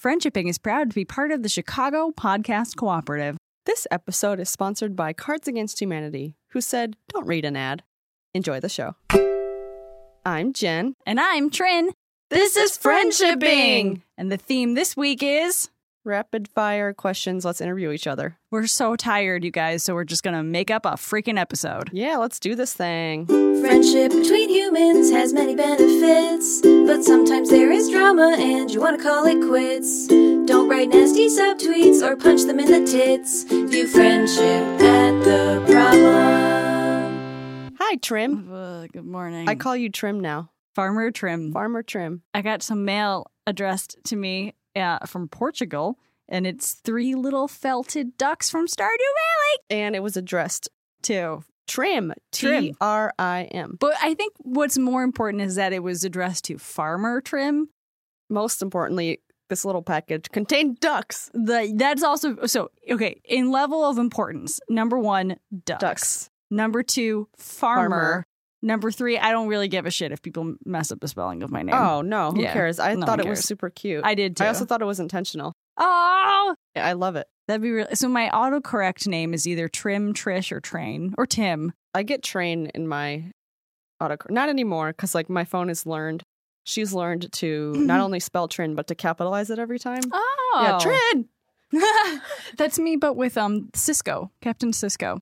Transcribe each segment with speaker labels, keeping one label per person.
Speaker 1: Friendshipping is proud to be part of the Chicago Podcast Cooperative.
Speaker 2: This episode is sponsored by Cards Against Humanity, who said, Don't read an ad. Enjoy the show. I'm Jen.
Speaker 1: And I'm Trin.
Speaker 2: This is Friendshipping!
Speaker 1: And the theme this week is
Speaker 2: Rapid fire questions. Let's interview each other.
Speaker 1: we're so tired, you guys, so we're just going to make up a freaking episode.
Speaker 2: Yeah, let's do this thing.
Speaker 3: Friendship between humans has many benefits, but sometimes there is drama and you want to call it quits. Don't write nasty subtweets or punch them in the tits. View friendship at the problem.
Speaker 2: Hi, Trim.
Speaker 1: good morning.
Speaker 2: I call you Trim now.
Speaker 1: Farmer Trim.
Speaker 2: Farmer Trim.
Speaker 1: I got some mail addressed to me uh, from Portugal, and it's three little felted ducks from Stardew Valley.
Speaker 2: And it was addressed
Speaker 1: Too.
Speaker 2: Trim.
Speaker 1: Trim.
Speaker 2: T R I M.
Speaker 1: But I think what's more important is that it was addressed to Farmer Trim.
Speaker 2: Most importantly, this little package contained ducks.
Speaker 1: The, that's also so okay in level of importance. Number one, ducks.
Speaker 2: Ducks.
Speaker 1: Number two, farmer.
Speaker 2: Farmer.
Speaker 1: Number three, I don't really give a shit if people mess up the spelling of my name.
Speaker 2: Oh, no. Who
Speaker 1: Yeah.
Speaker 2: cares? I
Speaker 1: No
Speaker 2: thought
Speaker 1: one
Speaker 2: it was
Speaker 1: cares.
Speaker 2: super cute.
Speaker 1: I did too.
Speaker 2: I also thought it was intentional.
Speaker 1: oh,
Speaker 2: Yeah, I love it.
Speaker 1: that'd be really. So my autocorrect name is either Trim, Trish, or Train or Tim.
Speaker 2: I get train in my auto not anymore because like my phone has learned. She's learned to not only spell trin but to capitalize it every time.
Speaker 1: Mm-hmm. Oh,
Speaker 2: Yeah, trin.
Speaker 1: That's me, but with um Cisco, Captain Cisco.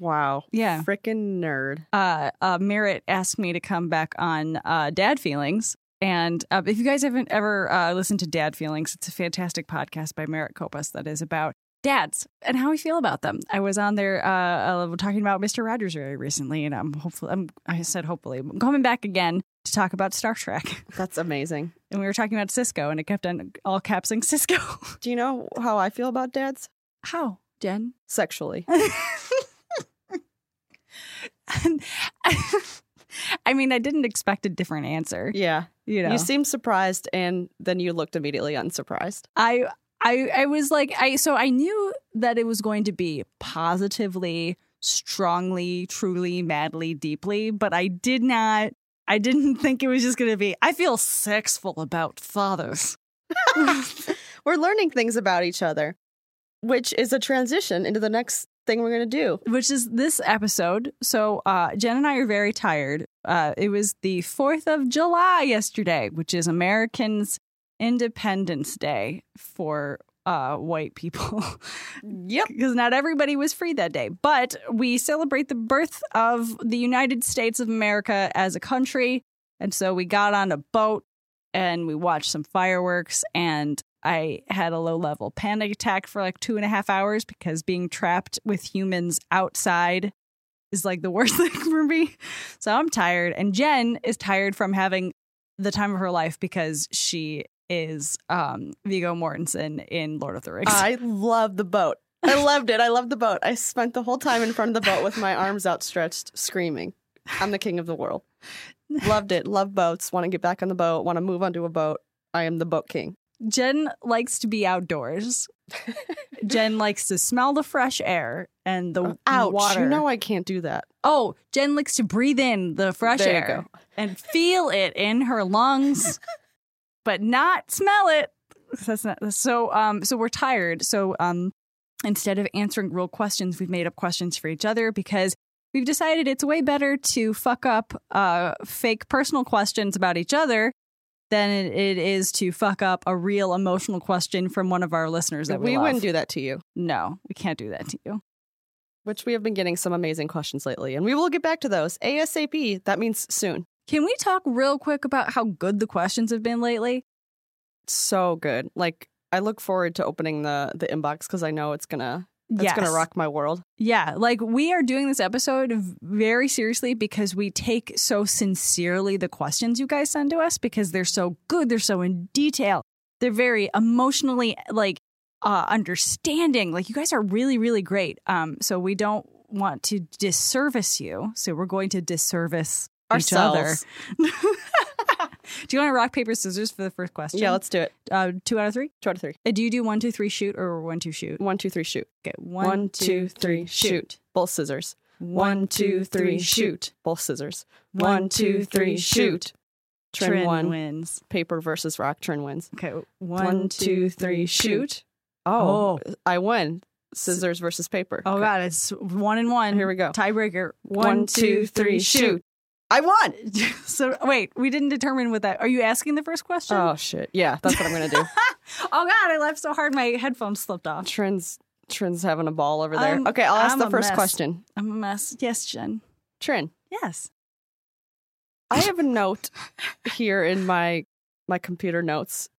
Speaker 2: Wow.
Speaker 1: Yeah.
Speaker 2: Freaking nerd.
Speaker 1: uh, uh, Merritt asked me to come back on uh, Dad Feelings. And uh, if you guys haven't ever uh, listened to Dad Feelings, it's a fantastic podcast by Merritt Copas that is about dads and how we feel about them. I was on there uh, uh, talking about Mr. Rogers very recently, and I'm hopefully I'm, I said hopefully I'm coming back again to talk about Star Trek.
Speaker 2: That's amazing.
Speaker 1: And we were talking about Cisco, and it kept on all capsing Cisco.
Speaker 2: Do you know how I feel about dads
Speaker 1: how, Jen?
Speaker 2: sexually?
Speaker 1: And- I mean, I didn't expect a different answer.
Speaker 2: Yeah.
Speaker 1: You know,
Speaker 2: You seemed surprised and then you looked immediately unsurprised.
Speaker 1: I I I was like I so I knew that it was going to be positively, strongly, truly, madly, deeply, but I did not I didn't think it was just going to be I feel sexful about fathers.
Speaker 2: We're learning things about each other, which is a transition into the next thing we're going to do.
Speaker 1: Which is this episode. So uh, Jen and I are very tired. Uh, it was the 4th of July yesterday, which is Americans Independence Day for uh, white people.
Speaker 2: Yep.
Speaker 1: because not everybody was free that day. But we celebrate the birth of the United States of America as a country. And so we got on a boat and we watched some fireworks. And I had a low level panic attack for like two and a half hours because being trapped with humans outside is like the worst thing for me. So I'm tired. And Jen is tired from having the time of her life because she is um Vigo Mortensen in Lord of the Rings.
Speaker 2: I love the boat. I loved it. I loved the boat. I spent the whole time in front of the boat with my arms outstretched, screaming, I'm the king of the world. Loved it. Love boats. Want to get back on the boat. Want to move onto a boat. I am the boat king.
Speaker 1: Jen likes to be outdoors. Jen likes to smell the fresh air and the
Speaker 2: Ouch.
Speaker 1: Oh, water.
Speaker 2: You know I can't do that.
Speaker 1: oh, Jen likes to breathe in the fresh
Speaker 2: There you
Speaker 1: air and feel it in her lungs, but not smell it. That's not so. Um, so we're tired. So um, instead of answering real questions, we've made up questions for each other because we've decided it's way better to fuck up uh, fake personal questions about each other than it, it is to fuck up a real emotional question from one of our listeners that we,
Speaker 2: we
Speaker 1: love.
Speaker 2: wouldn't do that to you,
Speaker 1: No, we can't do that to you.
Speaker 2: which we have been getting some amazing questions lately. And we will get back to those ASAP. That means soon.
Speaker 1: Can we talk real quick about how good the questions have been lately?
Speaker 2: So good. Like, I look forward to opening the, the inbox because I know it's going to. It's
Speaker 1: Yes.
Speaker 2: gonna rock my world.
Speaker 1: Yeah, like we are doing this episode very seriously because we take so sincerely the questions you guys send to us because they're so good, they're so in detail. They're very emotionally like uh understanding. Like you guys are really really great. Um so we don't want to disservice you. So we're going to disservice
Speaker 2: Ourselves.
Speaker 1: each other. do you want to rock paper scissors for the first question?
Speaker 2: Yeah, let's do it.
Speaker 1: uh 2 out of 3.
Speaker 2: Two out of three.
Speaker 1: Uh, Do you do one, two, three, shoot or one, two, shoot?
Speaker 2: One, two, three, shoot.
Speaker 1: Okay.
Speaker 2: One, two, three, shoot. Both scissors. One, two, three, shoot. Both scissors. One, two, three, shoot. Trin, one.
Speaker 1: wins.
Speaker 2: Paper versus rock. Trin wins.
Speaker 1: Okay,
Speaker 2: One, two, three, shoot. Oh, I win. Scissors versus paper.
Speaker 1: Oh god, it's one and one.
Speaker 2: Here we go.
Speaker 1: Tiebreaker.
Speaker 2: One, two, three, shoot. I won.
Speaker 1: so wait, we didn't determine what that. Are you asking the first question?
Speaker 2: Oh shit. Yeah, that's what I'm gonna do.
Speaker 1: oh god, I laughed so hard my headphones slipped off.
Speaker 2: Trin's Trin's having a ball over there.
Speaker 1: I'm-
Speaker 2: okay, I'll ask
Speaker 1: I'm
Speaker 2: the
Speaker 1: a
Speaker 2: first
Speaker 1: mess.
Speaker 2: question.
Speaker 1: I'm a mess. Yes, Jen.
Speaker 2: Trin,
Speaker 1: Yes.
Speaker 2: I have a note here in my my computer notes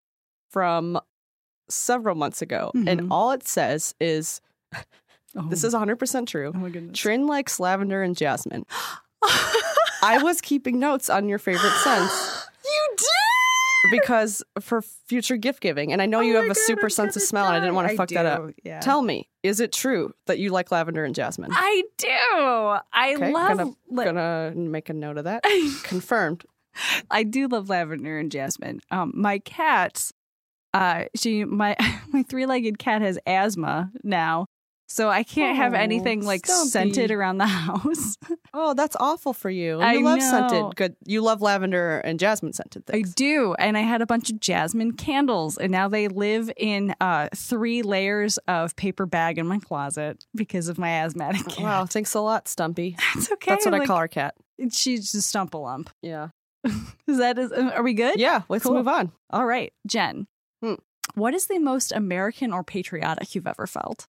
Speaker 2: from several months ago,
Speaker 1: Mhm.
Speaker 2: and all it says is
Speaker 1: Oh.
Speaker 2: this is 100% true.
Speaker 1: my goodness.
Speaker 2: Trin likes lavender and jasmine. I was keeping notes on your favorite scents
Speaker 1: you did.
Speaker 2: because for future gift giving, and I know you
Speaker 1: Oh
Speaker 2: have
Speaker 1: my
Speaker 2: a
Speaker 1: God,
Speaker 2: super
Speaker 1: I'm
Speaker 2: sense of
Speaker 1: gonna
Speaker 2: smell, and I didn't want
Speaker 1: die.
Speaker 2: to fuck that up.
Speaker 1: do, Yeah.
Speaker 2: Tell me, is it true that you like lavender and jasmine?
Speaker 1: I do. I
Speaker 2: Okay,
Speaker 1: love.
Speaker 2: gonna-
Speaker 1: la-
Speaker 2: Gonna make a note of that. Confirmed.
Speaker 1: I do love lavender and jasmine. Um, my cats, uh, she my my three legged cat has asthma now, so I can't have
Speaker 2: Oh,
Speaker 1: anything like
Speaker 2: Stumpy.
Speaker 1: scented around the house.
Speaker 2: Oh, that's awful for you.
Speaker 1: I
Speaker 2: you love
Speaker 1: know.
Speaker 2: scented good. You love lavender and jasmine scented
Speaker 1: I
Speaker 2: things.
Speaker 1: do, and I had a bunch of jasmine candles, and now they live in uh, three layers of paper bag in my closet because of my asthmatic cat.
Speaker 2: Wow, thanks a lot, Stumpy.
Speaker 1: That's okay.
Speaker 2: that's what I
Speaker 1: like,
Speaker 2: call our cat.
Speaker 1: She's just stump a lump.
Speaker 2: Yeah.
Speaker 1: Is that is? Are we good?
Speaker 2: Yeah, let's
Speaker 1: Cool.
Speaker 2: move on.
Speaker 1: All right, Jen.
Speaker 2: Hmm.
Speaker 1: What is the most American or patriotic you've ever felt?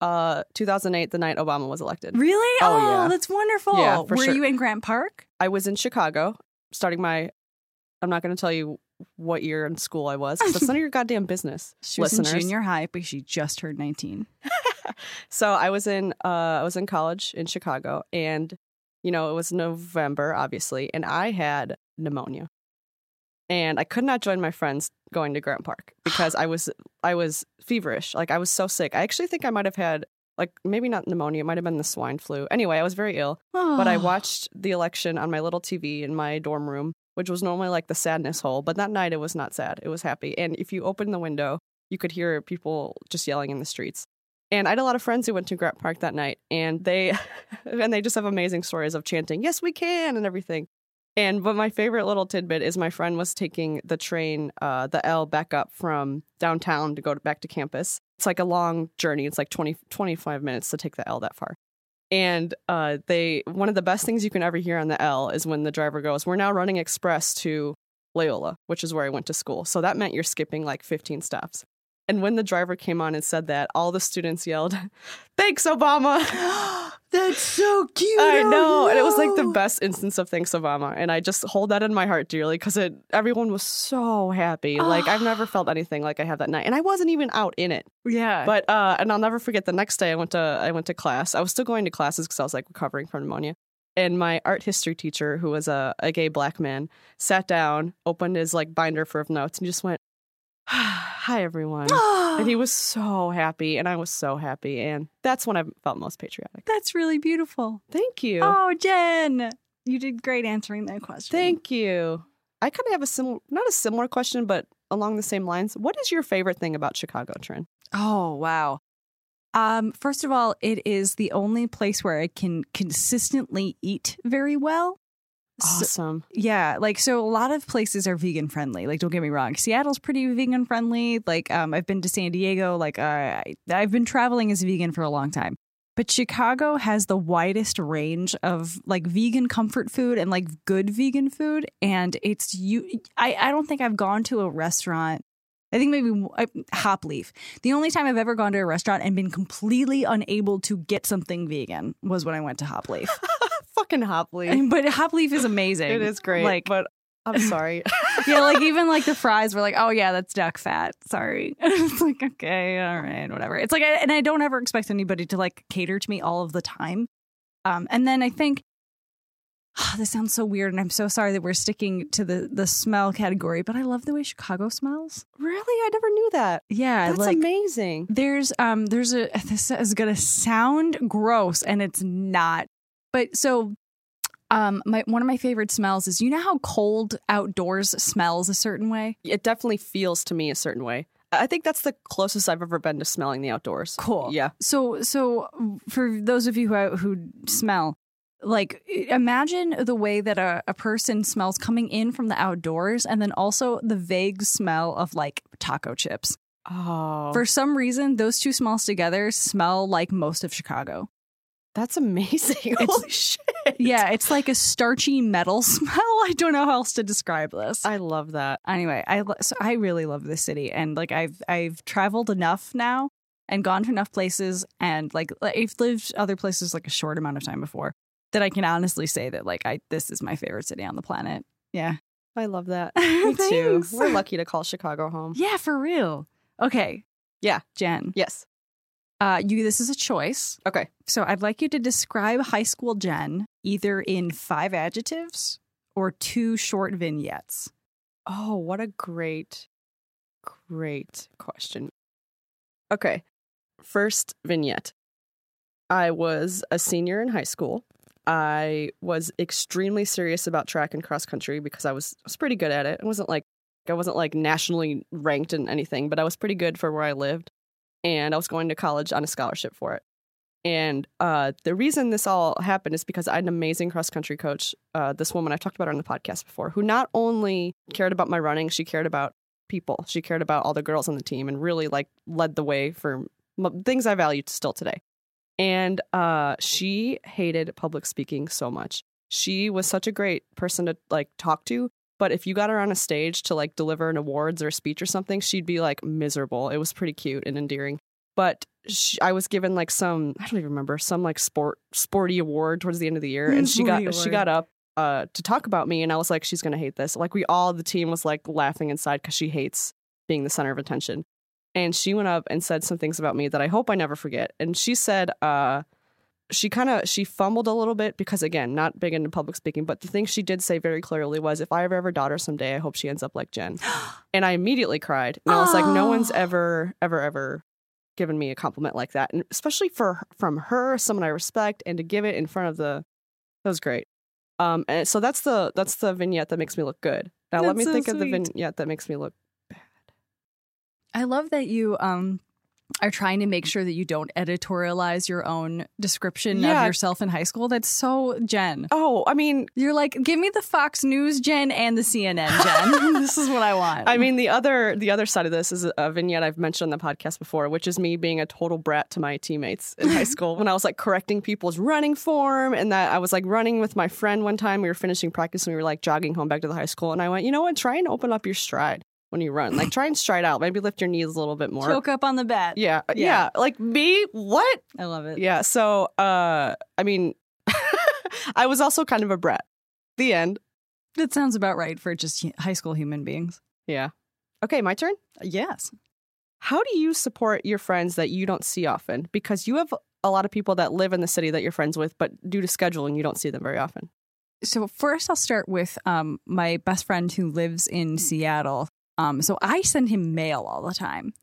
Speaker 2: Uh 2008, the night Obama was elected.
Speaker 1: Really? Oh,
Speaker 2: Oh, yeah.
Speaker 1: that's wonderful.
Speaker 2: Yeah, for
Speaker 1: Were
Speaker 2: sure.
Speaker 1: you in Grant Park?
Speaker 2: I was in Chicago starting my I'm not going to tell you what year in school I was. 'cause That's none of your goddamn business.
Speaker 1: She was in
Speaker 2: listeners.
Speaker 1: junior high, but she just turned 19.
Speaker 2: So I was in uh, I was in college in Chicago, and you know it was November, obviously, and I had pneumonia, and I could not join my friends going to Grant Park because I was I was feverish, like I was so sick. I actually think I might have had like maybe not pneumonia, it might have been the swine flu. Anyway, I was very ill, but
Speaker 1: Ah.
Speaker 2: I watched the election on my little TV in my dorm room, which was normally like the sadness hole, but that night it was not sad. It was happy. And if you opened the window, you could hear people just yelling in the streets. And I had a lot of friends who went to Grant Park that night, and they and they just have amazing stories of chanting, "Yes, we can," and everything. And but my favorite little tidbit is my friend was taking the train, uh, the L back up from downtown to go to, back to campus. It's like a long journey. It's like 20, 25 minutes to take the L that far. And uh, they one of the best things you can ever hear on the L is when the driver goes, "We're now running express to Loyola, which is where I went to school." So that meant you're skipping like 15 stops. And when the driver came on and said that, all the students yelled, "Thanks, Obama!"
Speaker 1: That's so cute.
Speaker 2: I know, and it was like the
Speaker 1: no.
Speaker 2: best instance of thanks, Obama. And I just hold that in my heart dearly because it everyone was so happy. Like I've never felt anything like I have that night, and I wasn't even out in it.
Speaker 1: Yeah.
Speaker 2: But uh, and I'll never forget the next day I went to I went to class. I was still going to classes because I was like recovering from pneumonia. And my art history teacher, who was a, a gay black man, sat down, opened his like binder full of notes, and just went, "Hi everyone."
Speaker 1: Ah,
Speaker 2: and he was so happy, and I was so happy, and that's when I felt most patriotic.
Speaker 1: That's really beautiful.
Speaker 2: Thank you,
Speaker 1: Oh, Jen. You did great answering that question.
Speaker 2: thank you. I kind of have a similar, not a similar question, but along the same lines. What is your favorite thing about Chicago, Trin?
Speaker 1: Oh, wow. Um, first of all, it is the only place where I can consistently eat very well. So-
Speaker 2: Awesome.
Speaker 1: Yeah, like so a lot of places are vegan friendly. Like don't get me wrong. Seattle's pretty vegan friendly. Like um I've been to San Diego, like uh, I I've been traveling as a vegan for a long time. But Chicago has the widest range of like vegan comfort food and like good vegan food and it's you I I don't think I've gone to a restaurant I think maybe I, Hop Leaf. The only time I've ever gone to a restaurant and been completely unable to get something vegan was when I went to Hop Leaf.
Speaker 2: Fucking Hopley.
Speaker 1: but Hop Leaf is amazing.
Speaker 2: It is great.
Speaker 1: Like
Speaker 2: but I'm sorry.
Speaker 1: yeah, like even like the fries were like, oh yeah, that's duck fat. Sorry. it's like okay, all right, whatever. It's like, I, and I don't ever expect anybody to like cater to me all of the time. Um, and then I think this sounds so weird, and I'm so sorry that we're sticking to the the smell category, but I love the way Chicago smells.
Speaker 2: really? I never knew that.
Speaker 1: Yeah,
Speaker 2: That's
Speaker 1: like
Speaker 2: amazing.
Speaker 1: there's um there's a this is gonna sound gross and it's not but so um my one of my favorite smells is you know how cold outdoors smells a certain way
Speaker 2: It definitely feels to me a certain way. I think that's the closest I've ever been to smelling the outdoors.
Speaker 1: Cool.
Speaker 2: Yeah.
Speaker 1: So so for those of you who who smell, like i- imagine the way that a, a person smells coming in from the outdoors and then also the vague smell of like taco chips.
Speaker 2: Oh,
Speaker 1: For some reason, those two smells together smell like most of Chicago.
Speaker 2: that's amazing.
Speaker 1: It's-
Speaker 2: Holy shit.
Speaker 1: Yeah, it's like a starchy metal smell. I don't know how else to describe this.
Speaker 2: I love that.
Speaker 1: anyway, I lo- so I really love this city, and like I've I've traveled enough now and gone to enough places, and like I've lived other places like a short amount of time before that I can honestly say that like I this is my favorite city on the planet. Yeah,
Speaker 2: I love that.
Speaker 1: me
Speaker 2: We're lucky to call Chicago home.
Speaker 1: Yeah, for real. Okay.
Speaker 2: Yeah.
Speaker 1: Jen.
Speaker 2: Yes.
Speaker 1: Uh, you. This is a choice.
Speaker 2: Okay.
Speaker 1: So I'd like you to describe high school Jen either in five adjectives or two short vignettes.
Speaker 2: Oh, what a great, great question. Okay. First vignette. I was a senior in high school. I was extremely serious about track and cross country because I was, I was pretty good at it. I wasn't like I wasn't like nationally ranked in anything, but I was pretty good for where I lived. And I was going to college on a scholarship for it. And uh, the reason this all happened is because I had an amazing cross country coach. Uh, this woman I've talked about her on the podcast before, who not only cared about my running, she cared about people. She cared about all the girls on the team and really like led the way for m- things I value still today. And uh, she hated public speaking so much. She was such a great person to like talk to, but if you got her on a stage to like deliver an awards or a speech or something, she'd be like miserable. It was pretty cute and endearing. But she, I was given like some I don't even remember some like sport sporty award towards the end of the year, and she got
Speaker 1: Sporty
Speaker 2: she
Speaker 1: award.
Speaker 2: got up uh to talk about me, and I was like, she's gonna hate this. Like we all the team was like laughing inside because she hates being the center of attention and she went up and said some things about me that I hope I never forget. And she said, uh, she kind of she fumbled a little bit because again, not big into public speaking, but the thing she did say very clearly was, "If I ever have a daughter someday, I hope she ends up like Jen." and I immediately cried, and I was like, "No one's
Speaker 1: Aw.
Speaker 2: ever, ever, ever." given me a compliment like that and especially for from her someone i respect and to give it in front of the that was great um and so that's the that's the vignette that makes me look good now let
Speaker 1: That's
Speaker 2: me
Speaker 1: so
Speaker 2: think of the
Speaker 1: sweet.
Speaker 2: vignette that makes me look
Speaker 1: I love that you um are trying to make sure that you don't editorialize your own description
Speaker 2: Yeah.
Speaker 1: of yourself in high school. That's so Jen.
Speaker 2: oh i mean
Speaker 1: You're like, give me the Fox News Jen and the CNN Jen. this is what I want.
Speaker 2: I mean, the other the other side of this is a vignette I've mentioned on the podcast before, which is me being a total brat to my teammates in high school when I was like correcting people's running form, and that I was like running with my friend one time. We were finishing practice, and we were like jogging home back to the high school, and I went, you know what? Try and open up your stride when you run. Like try and stride out, maybe lift your knees a little bit more.
Speaker 1: choke up on the bat.
Speaker 2: Yeah, yeah,
Speaker 1: Yeah.
Speaker 2: like me, what?
Speaker 1: I love it.
Speaker 2: Yeah. So, uh, I mean, I was also kind of a brat. The end.
Speaker 1: That sounds about right for just hu- high school human beings.
Speaker 2: Yeah. Okay, my turn.
Speaker 1: Yes.
Speaker 2: How do you support your friends that you don't see often? Because you have a lot of people that live in the city that you're friends with, but due to scheduling, you don't see them very often.
Speaker 1: So first, I'll start with um, my best friend who lives
Speaker 2: Mm.
Speaker 1: in Seattle. Um, so I send him mail all the time.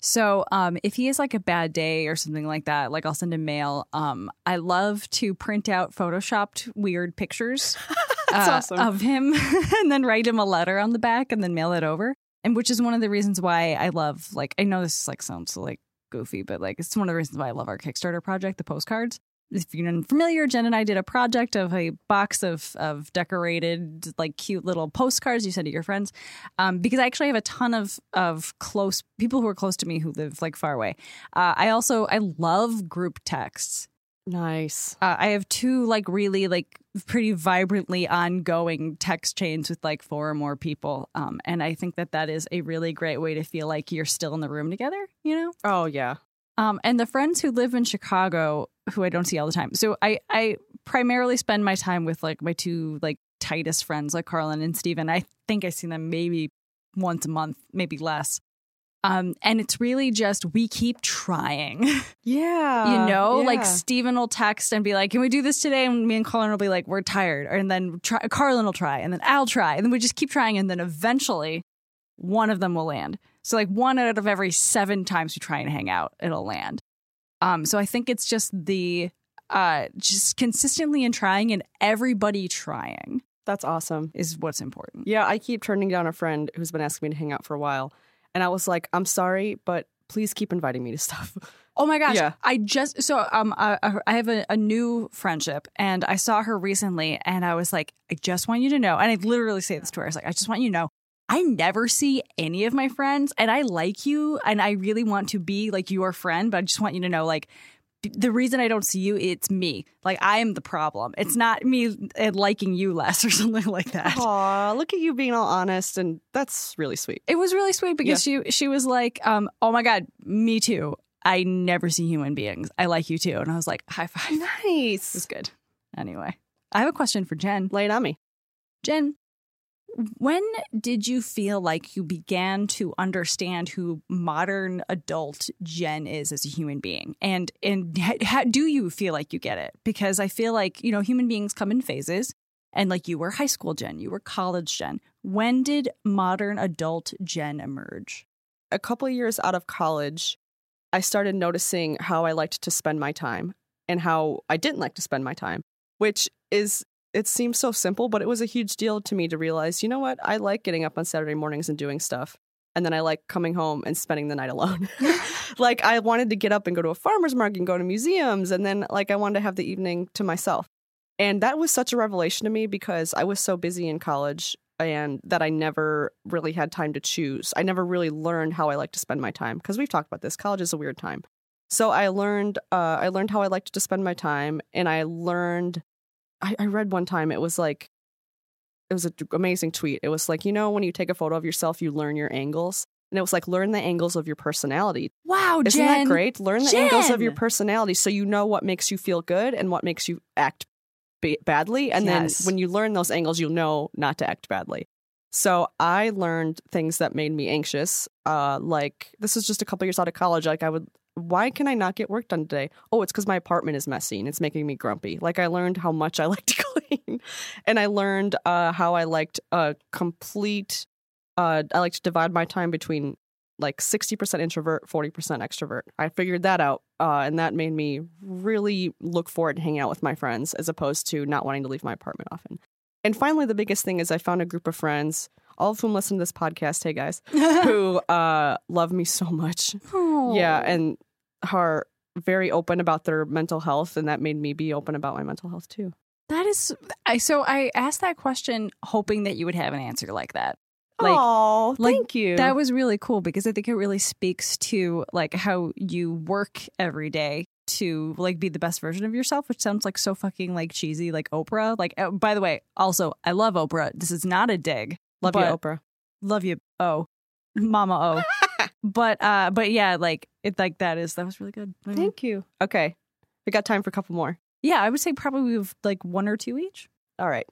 Speaker 1: So um, if he has like a bad day or something like that, like I'll send him mail. Um, I love to print out photoshopped weird pictures uh,
Speaker 2: That's awesome.
Speaker 1: of him, and then write him a letter on the back and then mail it over. And which is one of the reasons why I love like I know this like sounds like goofy, but like it's one of the reasons why I love our Kickstarter project, the postcards if you're unfamiliar, Jen and I did a project of a box of of decorated, like cute little postcards you send to your friends. Um, because I actually have a ton of of close people who are close to me who live like far away. Uh, I also I love group texts.
Speaker 2: Nice.
Speaker 1: Uh, I have two like really like pretty vibrantly ongoing text chains with like four or more people, um, and I think that that is a really great way to feel like you're still in the room together. You know.
Speaker 2: Oh, yeah.
Speaker 1: Um, and the friends who live in Chicago, who I don't see all the time. So I, I primarily spend my time with like my two like tightest friends, like Carlin and Steven. I think I see them maybe once a month, maybe less. Um, and it's really just we keep trying, you
Speaker 2: Uh, Yeah.
Speaker 1: know. Like Steven will text and be like, "Can we do this today?" And me and Carlin will be like, "We're tired," and then try, Carlin will try, and then I'll try, and then we just keep trying, and then eventually, one of them will land. So like one out of every seven times we try and hang out, it'll land. Um, so I think it's just the uh, just consistently and trying and everybody trying
Speaker 2: that's awesome.
Speaker 1: is what's important.
Speaker 2: Yeah, I keep turning down a friend who's been asking me to hang out for a while. And I was like, I'm sorry, but please keep inviting me to stuff.
Speaker 1: Oh my gosh.
Speaker 2: Yeah.
Speaker 1: I just, so um, I, I- I have a, a new friendship and I saw her recently and I was like, I just want you to know. And I literally say this to her. I was like, I just want you to know. I never see any of my friends and I like you and I really want to be like your friend, but I just want you to know, like, b- the reason I don't see you, it's me. Like, I am the problem. It's not me uh, liking you less or something like that.
Speaker 2: Aw, look at you being all honest, and that's really sweet.
Speaker 1: It was really sweet because she she was like, um, "Oh my god, me too. I never see human beings. I like you too." And I was like, "High five. This is
Speaker 2: Nice.
Speaker 1: good." Anyway, I have a question for Jen.
Speaker 2: Lay it on me.
Speaker 1: Jen, when did you feel like you began to understand who modern adult Jen is as a human being? And and ha, ha, do you feel like you get it? Because I feel like, you know, human beings come in phases. And like you were high school Jen, you were college Jen. When did modern adult Jen emerge?
Speaker 2: a couple of years out of college, I started noticing how I liked to spend my time and how I didn't like to spend my time, which is it seems so simple, but it was a huge deal to me to realize, you know what, I like getting up on Saturday mornings and doing stuff. And then I like coming home and spending the night alone. like I wanted to get up and go to a farmer's market and go to museums and then like I wanted to have the evening to myself. And that was such a revelation to me because I was so busy in college and that I never really had time to choose. I never really learned how I like to spend my time because we've talked about this. College is a weird time. So I learned uh, I learned how I liked to spend my time and I learned I, I read one time it was like it was an amazing tweet. It was like, you know, when you take a photo of yourself, you learn your angles. And it was like learn the angles of your personality
Speaker 1: Wow,
Speaker 2: isn't
Speaker 1: Jen.
Speaker 2: that great? Learn the angles of your
Speaker 1: Jen!
Speaker 2: personality so you know what makes you feel good and what makes you act ba- badly. And
Speaker 1: Yes.
Speaker 2: then when you learn those angles, you'll know not to act badly. So I learned things that made me anxious. Uh, like this is just a couple years out of college. Like I would, why can I not get work done today? Oh, it's because my apartment is messy and it's making me grumpy. Like I learned how much I like to clean, and I learned uh, how I liked a complete. Uh, I like to divide my time between like 60% introvert, 40% extrovert. I figured that out. Uh, and that made me really look forward to hanging out with my friends as opposed to not wanting to leave my apartment often. And finally, the biggest thing is I found a group of friends, all of whom listen to this podcast. Hey guys, who uh, love me so much.
Speaker 1: Oh,
Speaker 2: Yeah. And are very open about their mental health. And that made me be open about my mental health too.
Speaker 1: that is I so I asked that question hoping that you would have an answer like that. Like
Speaker 2: oh,
Speaker 1: like,
Speaker 2: thank you.
Speaker 1: That was really cool because I think it really speaks to like how you work every day to like be the best version of yourself, which sounds like so fucking like cheesy, like Oprah. Like, oh, by the way, also I love Oprah. This is not a dig.
Speaker 2: love
Speaker 1: but-
Speaker 2: you, Oprah.
Speaker 1: Love you, oh, Mama, oh. but uh, but yeah, like it, like that is that was really good. Mhm.
Speaker 2: you. Okay. We got time for a couple more.
Speaker 1: Yeah, I would say probably we've like one or two each.
Speaker 2: All right.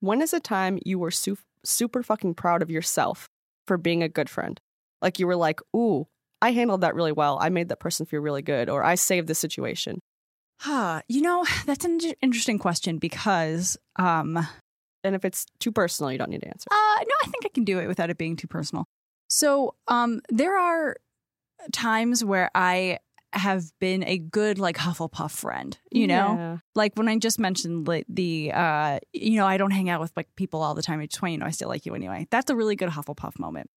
Speaker 2: When is a time you were su- super fucking proud of yourself for being a good friend? Like you were like, ooh, I handled that really well. I made that person feel really good, or I saved the situation.
Speaker 1: Huh. You know, that's an inter- interesting question because um,
Speaker 2: And if it's too personal, you don't need to answer.
Speaker 1: Uh, no, I think I can do it without it being too personal. So, um, there are times where I have been a good like Hufflepuff friend, you know, like when I just mentioned like, the, uh, you know, I don't hang out with like people all the time. I just want you to know I still like you anyway. That's a really good Hufflepuff moment.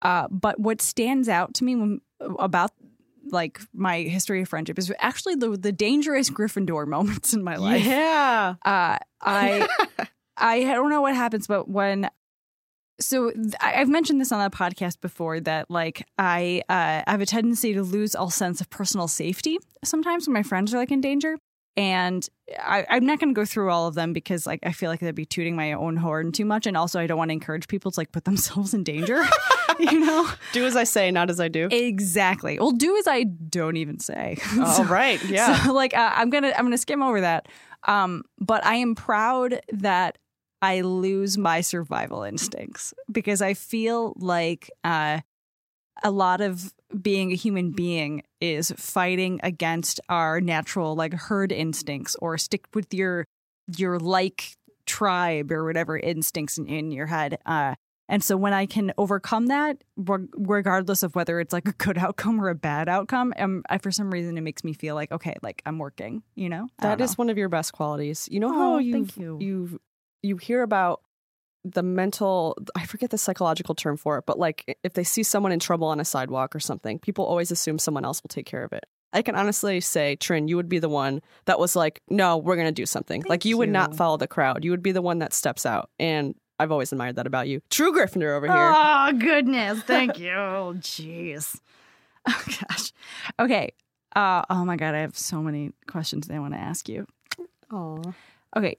Speaker 1: Uh, but what stands out to me when, about like my history of friendship is actually the the dangerous Gryffindor moments in my life
Speaker 2: Yeah.
Speaker 1: uh, I I don't know what happens, but when so th- I- I've mentioned this on the podcast before that like I uh, I have a tendency to lose all sense of personal safety sometimes when my friends are like in danger. And I, I'm not going to go through all of them because, like, I feel like that'd be tooting my own horn too much, and also I don't want to encourage people to like put themselves in danger, you know?
Speaker 2: Do as I say, not as I do.
Speaker 1: Exactly. Well, do as I don't even say. So-
Speaker 2: All right. Yeah.
Speaker 1: so, like uh, I'm gonna I'm gonna skim over that. Um, but I am proud that I lose my survival instincts because I feel like uh, a lot of being a human being is fighting against our natural like herd instincts or stick with your your like tribe or whatever instincts in, in your head. Uh, and so when I can overcome that, reg- regardless of whether it's like a good outcome or a bad outcome, um, I, for some reason it makes me feel like okay, like I'm working. You know, I
Speaker 2: That
Speaker 1: don't
Speaker 2: is one of your best qualities. You know
Speaker 1: Oh,
Speaker 2: how you
Speaker 1: thank you.
Speaker 2: you you hear about the mental I forget the psychological term for it, but like if they see someone in trouble on a sidewalk or something, people always assume someone else will take care of it. I can honestly say, Trin, you would be the one that was like, no, we're going to do something. like, you, would not
Speaker 1: you.
Speaker 2: follow the crowd. You would be the one that steps out. And I've always admired that about you. True Gryffindor over here.
Speaker 1: Oh goodness, thank you. Jeez. Oh gosh. Okay. Uh, oh my god, I have so many questions I want to ask you.
Speaker 2: Aw.
Speaker 1: Okay.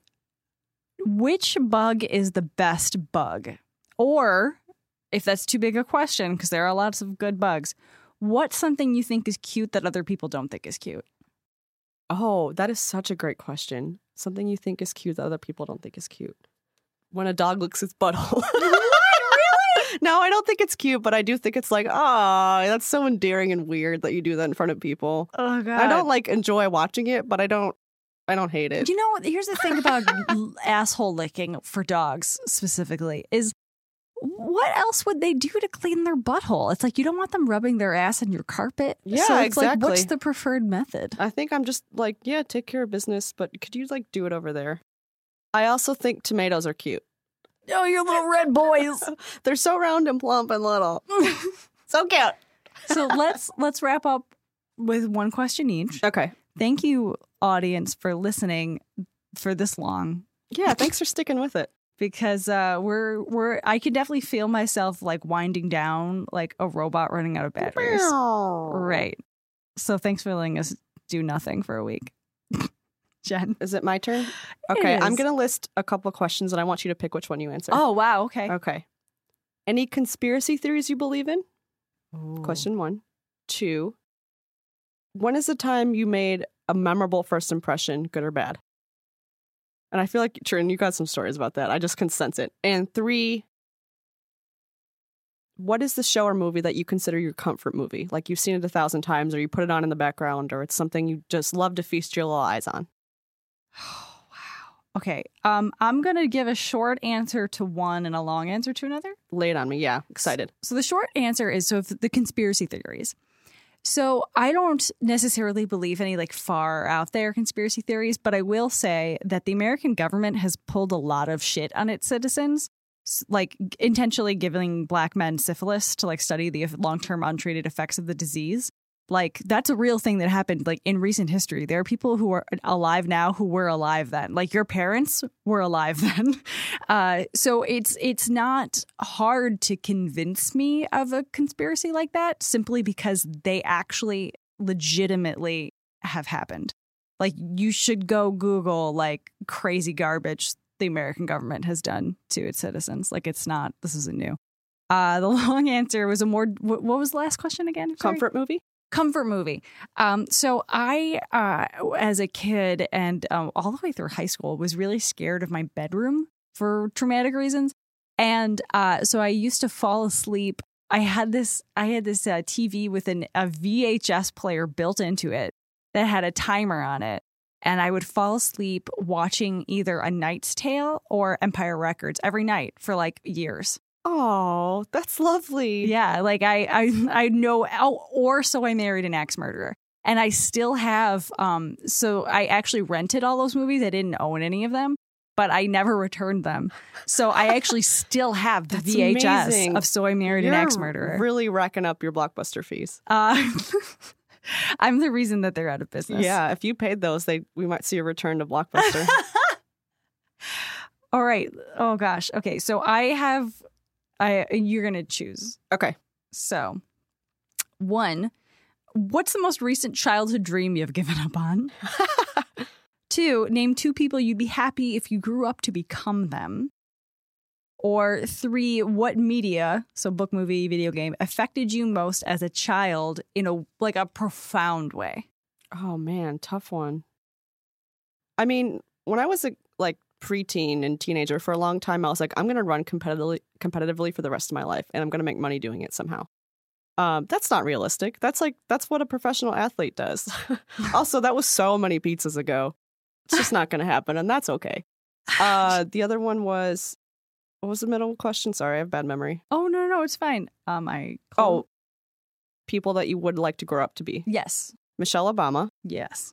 Speaker 1: Which bug is the best bug? Or if that's too big a question, because there are lots of good bugs, what's something you think is cute that other people don't think is cute?
Speaker 2: Oh, that is such a great question. Something you think is cute that other people don't think is cute. When a dog licks its butthole. what? Really? No, I don't think it's cute, but I do think it's like, ah, that's so endearing and weird that you do that in front of people.
Speaker 1: Oh god.
Speaker 2: I don't like enjoy watching it, but I don't, I don't hate it.
Speaker 1: Do you know what? Here's the thing about l- asshole licking for dogs specifically is what else would they do to clean their butthole? It's like you don't want them rubbing their ass in your carpet.
Speaker 2: Yeah,
Speaker 1: so it's like, what's
Speaker 2: exactly.
Speaker 1: the preferred method?
Speaker 2: I think I'm just like, yeah, take care of business, but could you like do it over there? I also think tomatoes are cute.
Speaker 1: Oh, your little red boys.
Speaker 2: They're so round and plump and little. so cute.
Speaker 1: so let's let's wrap up with one question each.
Speaker 2: Okay.
Speaker 1: Thank you, audience, for listening for this long.
Speaker 2: Yeah, thanks for sticking with it.
Speaker 1: because uh, we're we're I could definitely feel myself like winding down like a robot running out of batteries. Right. So thanks for letting us do nothing for a week. Jen.
Speaker 2: Is it my turn? Okay, I'm
Speaker 1: is.
Speaker 2: going to list a couple questions and I want you to pick which one you answer.
Speaker 1: Oh wow, okay.
Speaker 2: Okay. Any conspiracy theories you believe in? Question one. Two. When is the time you made a memorable first impression, good or bad? And I feel like, Trin, you got some stories about that. I just can sense it. And three. What is the show or movie that you consider your comfort movie? Like you've seen it a thousand times, or you put it on in the background, or it's something you just love to feast your little eyes on.
Speaker 1: Oh, wow. Okay. Um I'm going to give a short answer to one and a long answer to another.
Speaker 2: Lay it on me. Yeah, excited.
Speaker 1: So the short answer is so if the conspiracy theories. So I don't necessarily believe any like far out there conspiracy theories, but I will say that the American government has pulled a lot of shit on its citizens, s- like g- intentionally giving black men syphilis to like study the long-term untreated effects of the disease. Like that's a real thing that happened like in recent history. There are people who are alive now who were alive then. Like your parents were alive then. Uh, so it's it's not hard to convince me of a conspiracy like that simply because they actually legitimately have happened. Like you should go Google like crazy garbage the American government has done to its citizens. Like it's not this isn't new. Uh, the long answer was a more. wh- What was the last question again? I'm sorry
Speaker 2: Comfort movie?
Speaker 1: comfort movie. Um, so I, uh, as a kid and um, all the way through high school, was really scared of my bedroom for traumatic reasons, and uh, so I used to fall asleep. I had this, I had this uh, TV with an, a VHS player built into it that had a timer on it. And I would fall asleep watching either A Knight's Tale or Empire Records every night for like years.
Speaker 2: Oh, that's lovely.
Speaker 1: Yeah, like I I I know oh, or so I married an axe murderer. And I still have um so I actually rented all those movies. I didn't own any of them, but I never returned them. So I actually still have the
Speaker 2: That's
Speaker 1: VHS
Speaker 2: amazing.
Speaker 1: of So I Married
Speaker 2: You're
Speaker 1: an Axe Murderer.
Speaker 2: Really racking up your blockbuster fees.
Speaker 1: uh, I'm the reason that they're out of business.
Speaker 2: Yeah, if you paid those, they we might see a return to blockbuster.
Speaker 1: All right. Oh gosh. Okay. So I have I you're going to choose.
Speaker 2: okay,
Speaker 1: So one, what's the most recent childhood dream you've given up on? two, name two people you'd be happy if you grew up to become them. Or three, what media, so book, movie, video game, affected you most as a child in a like a profound way?
Speaker 2: oh man, tough one. I mean, when I was a like preteen and teenager for a long time, I was like, I'm gonna run competitively competitively for the rest of my life, and I'm gonna make money doing it somehow. Um, that's not realistic. That's like that's what a professional athlete does. also, that was so many pizzas ago. It's just not gonna happen, and that's okay. Uh, the other one was what was the middle question? Sorry, I have bad memory.
Speaker 1: oh no, no, no, it's fine. Um, I
Speaker 2: Oh, people that you would like to grow up to be.
Speaker 1: yes,
Speaker 2: Michelle Obama,
Speaker 1: yes.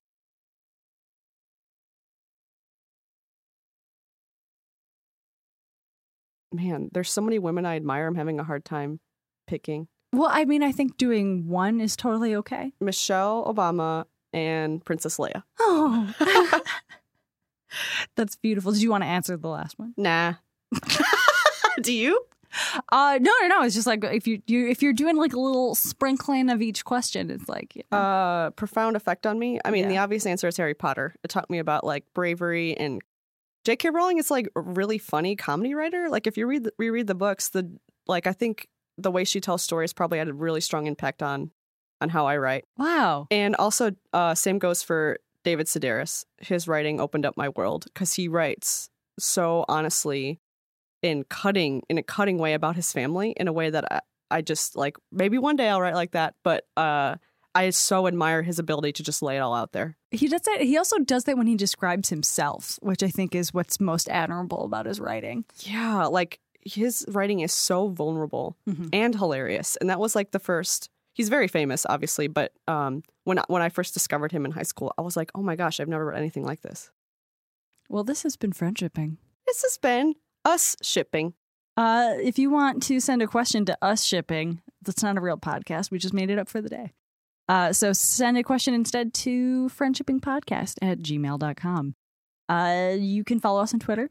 Speaker 2: man, there's so many women I admire. I'm having a hard time picking.
Speaker 1: Well, I mean, I think doing one is totally okay.
Speaker 2: Michelle Obama and Princess Leia.
Speaker 1: Oh. That's beautiful. Did you want to answer the last one?
Speaker 2: Nah. Do you?
Speaker 1: Uh no, no, no. It's just like if you, you if you're doing like a little sprinkling of each question, it's like you know.
Speaker 2: Uh, profound effect on me. I mean,
Speaker 1: Yeah.
Speaker 2: the obvious answer is Harry Potter. It taught me about like bravery and J.K. Rowling is like a really funny comedy writer. Like if you read the, reread the books, the like I think the way she tells stories probably had a really strong impact on on how I write.
Speaker 1: wow.
Speaker 2: And also, uh, same goes for David Sedaris. His writing opened up my world because he writes so honestly, in cutting in a cutting way about his family in a way that I, I just like. Maybe one day I'll write like that, but uh, I so admire his ability to just lay it all out there.
Speaker 1: He does that. He also does that when he describes himself, which I think is what's most admirable about his writing.
Speaker 2: Yeah, like his writing is so vulnerable
Speaker 1: Mhm.
Speaker 2: and hilarious, and that was like the first. He's very famous, obviously, but um, when I, when I first discovered him in high school, I was like, "Oh my gosh, I've never read anything like this."
Speaker 1: Well, this has been friendshipping.
Speaker 2: This has been us shipping.
Speaker 1: Uh, if you want to send a question to us shipping, that's not a real podcast. We just made it up for the day. Uh, so send a question instead to friendshippingpodcast at gmail.com. Uh, you can follow us on Twitter.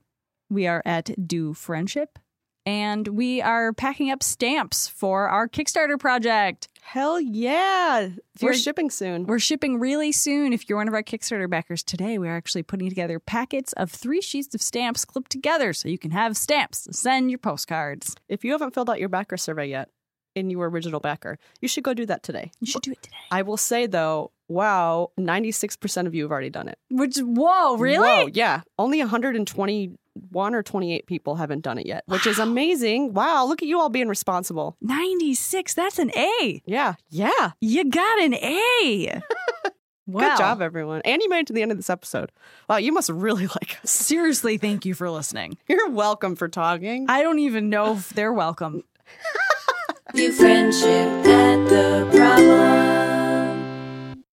Speaker 1: We are at Do Friendship. And we are packing up stamps for our Kickstarter project.
Speaker 2: Hell yeah. We're
Speaker 1: you're-
Speaker 2: shipping soon.
Speaker 1: We're shipping really soon. If you're one of our Kickstarter backers today, we're actually putting together packets of three sheets of stamps clipped together so you can have stamps. to Send your postcards.
Speaker 2: if you haven't filled out your backer survey yet in your original backer, you should go do that today.
Speaker 1: You should do it today.
Speaker 2: I will say though, wow, 96% of you have already done it.
Speaker 1: Which, whoa, really?
Speaker 2: Whoa, yeah. Only 121 or 28 people haven't done it yet, which is amazing. Wow, look at you all being responsible.
Speaker 1: 96. That's an A.
Speaker 2: Yeah. Yeah.
Speaker 1: You got an A. wow.
Speaker 2: Good job everyone. And you made it to the end of this episode. Wow, you must really like us.
Speaker 1: Seriously, thank you for listening.
Speaker 2: You're welcome for talking.
Speaker 1: I don't even know if they're welcome.
Speaker 3: View friendship at the problem.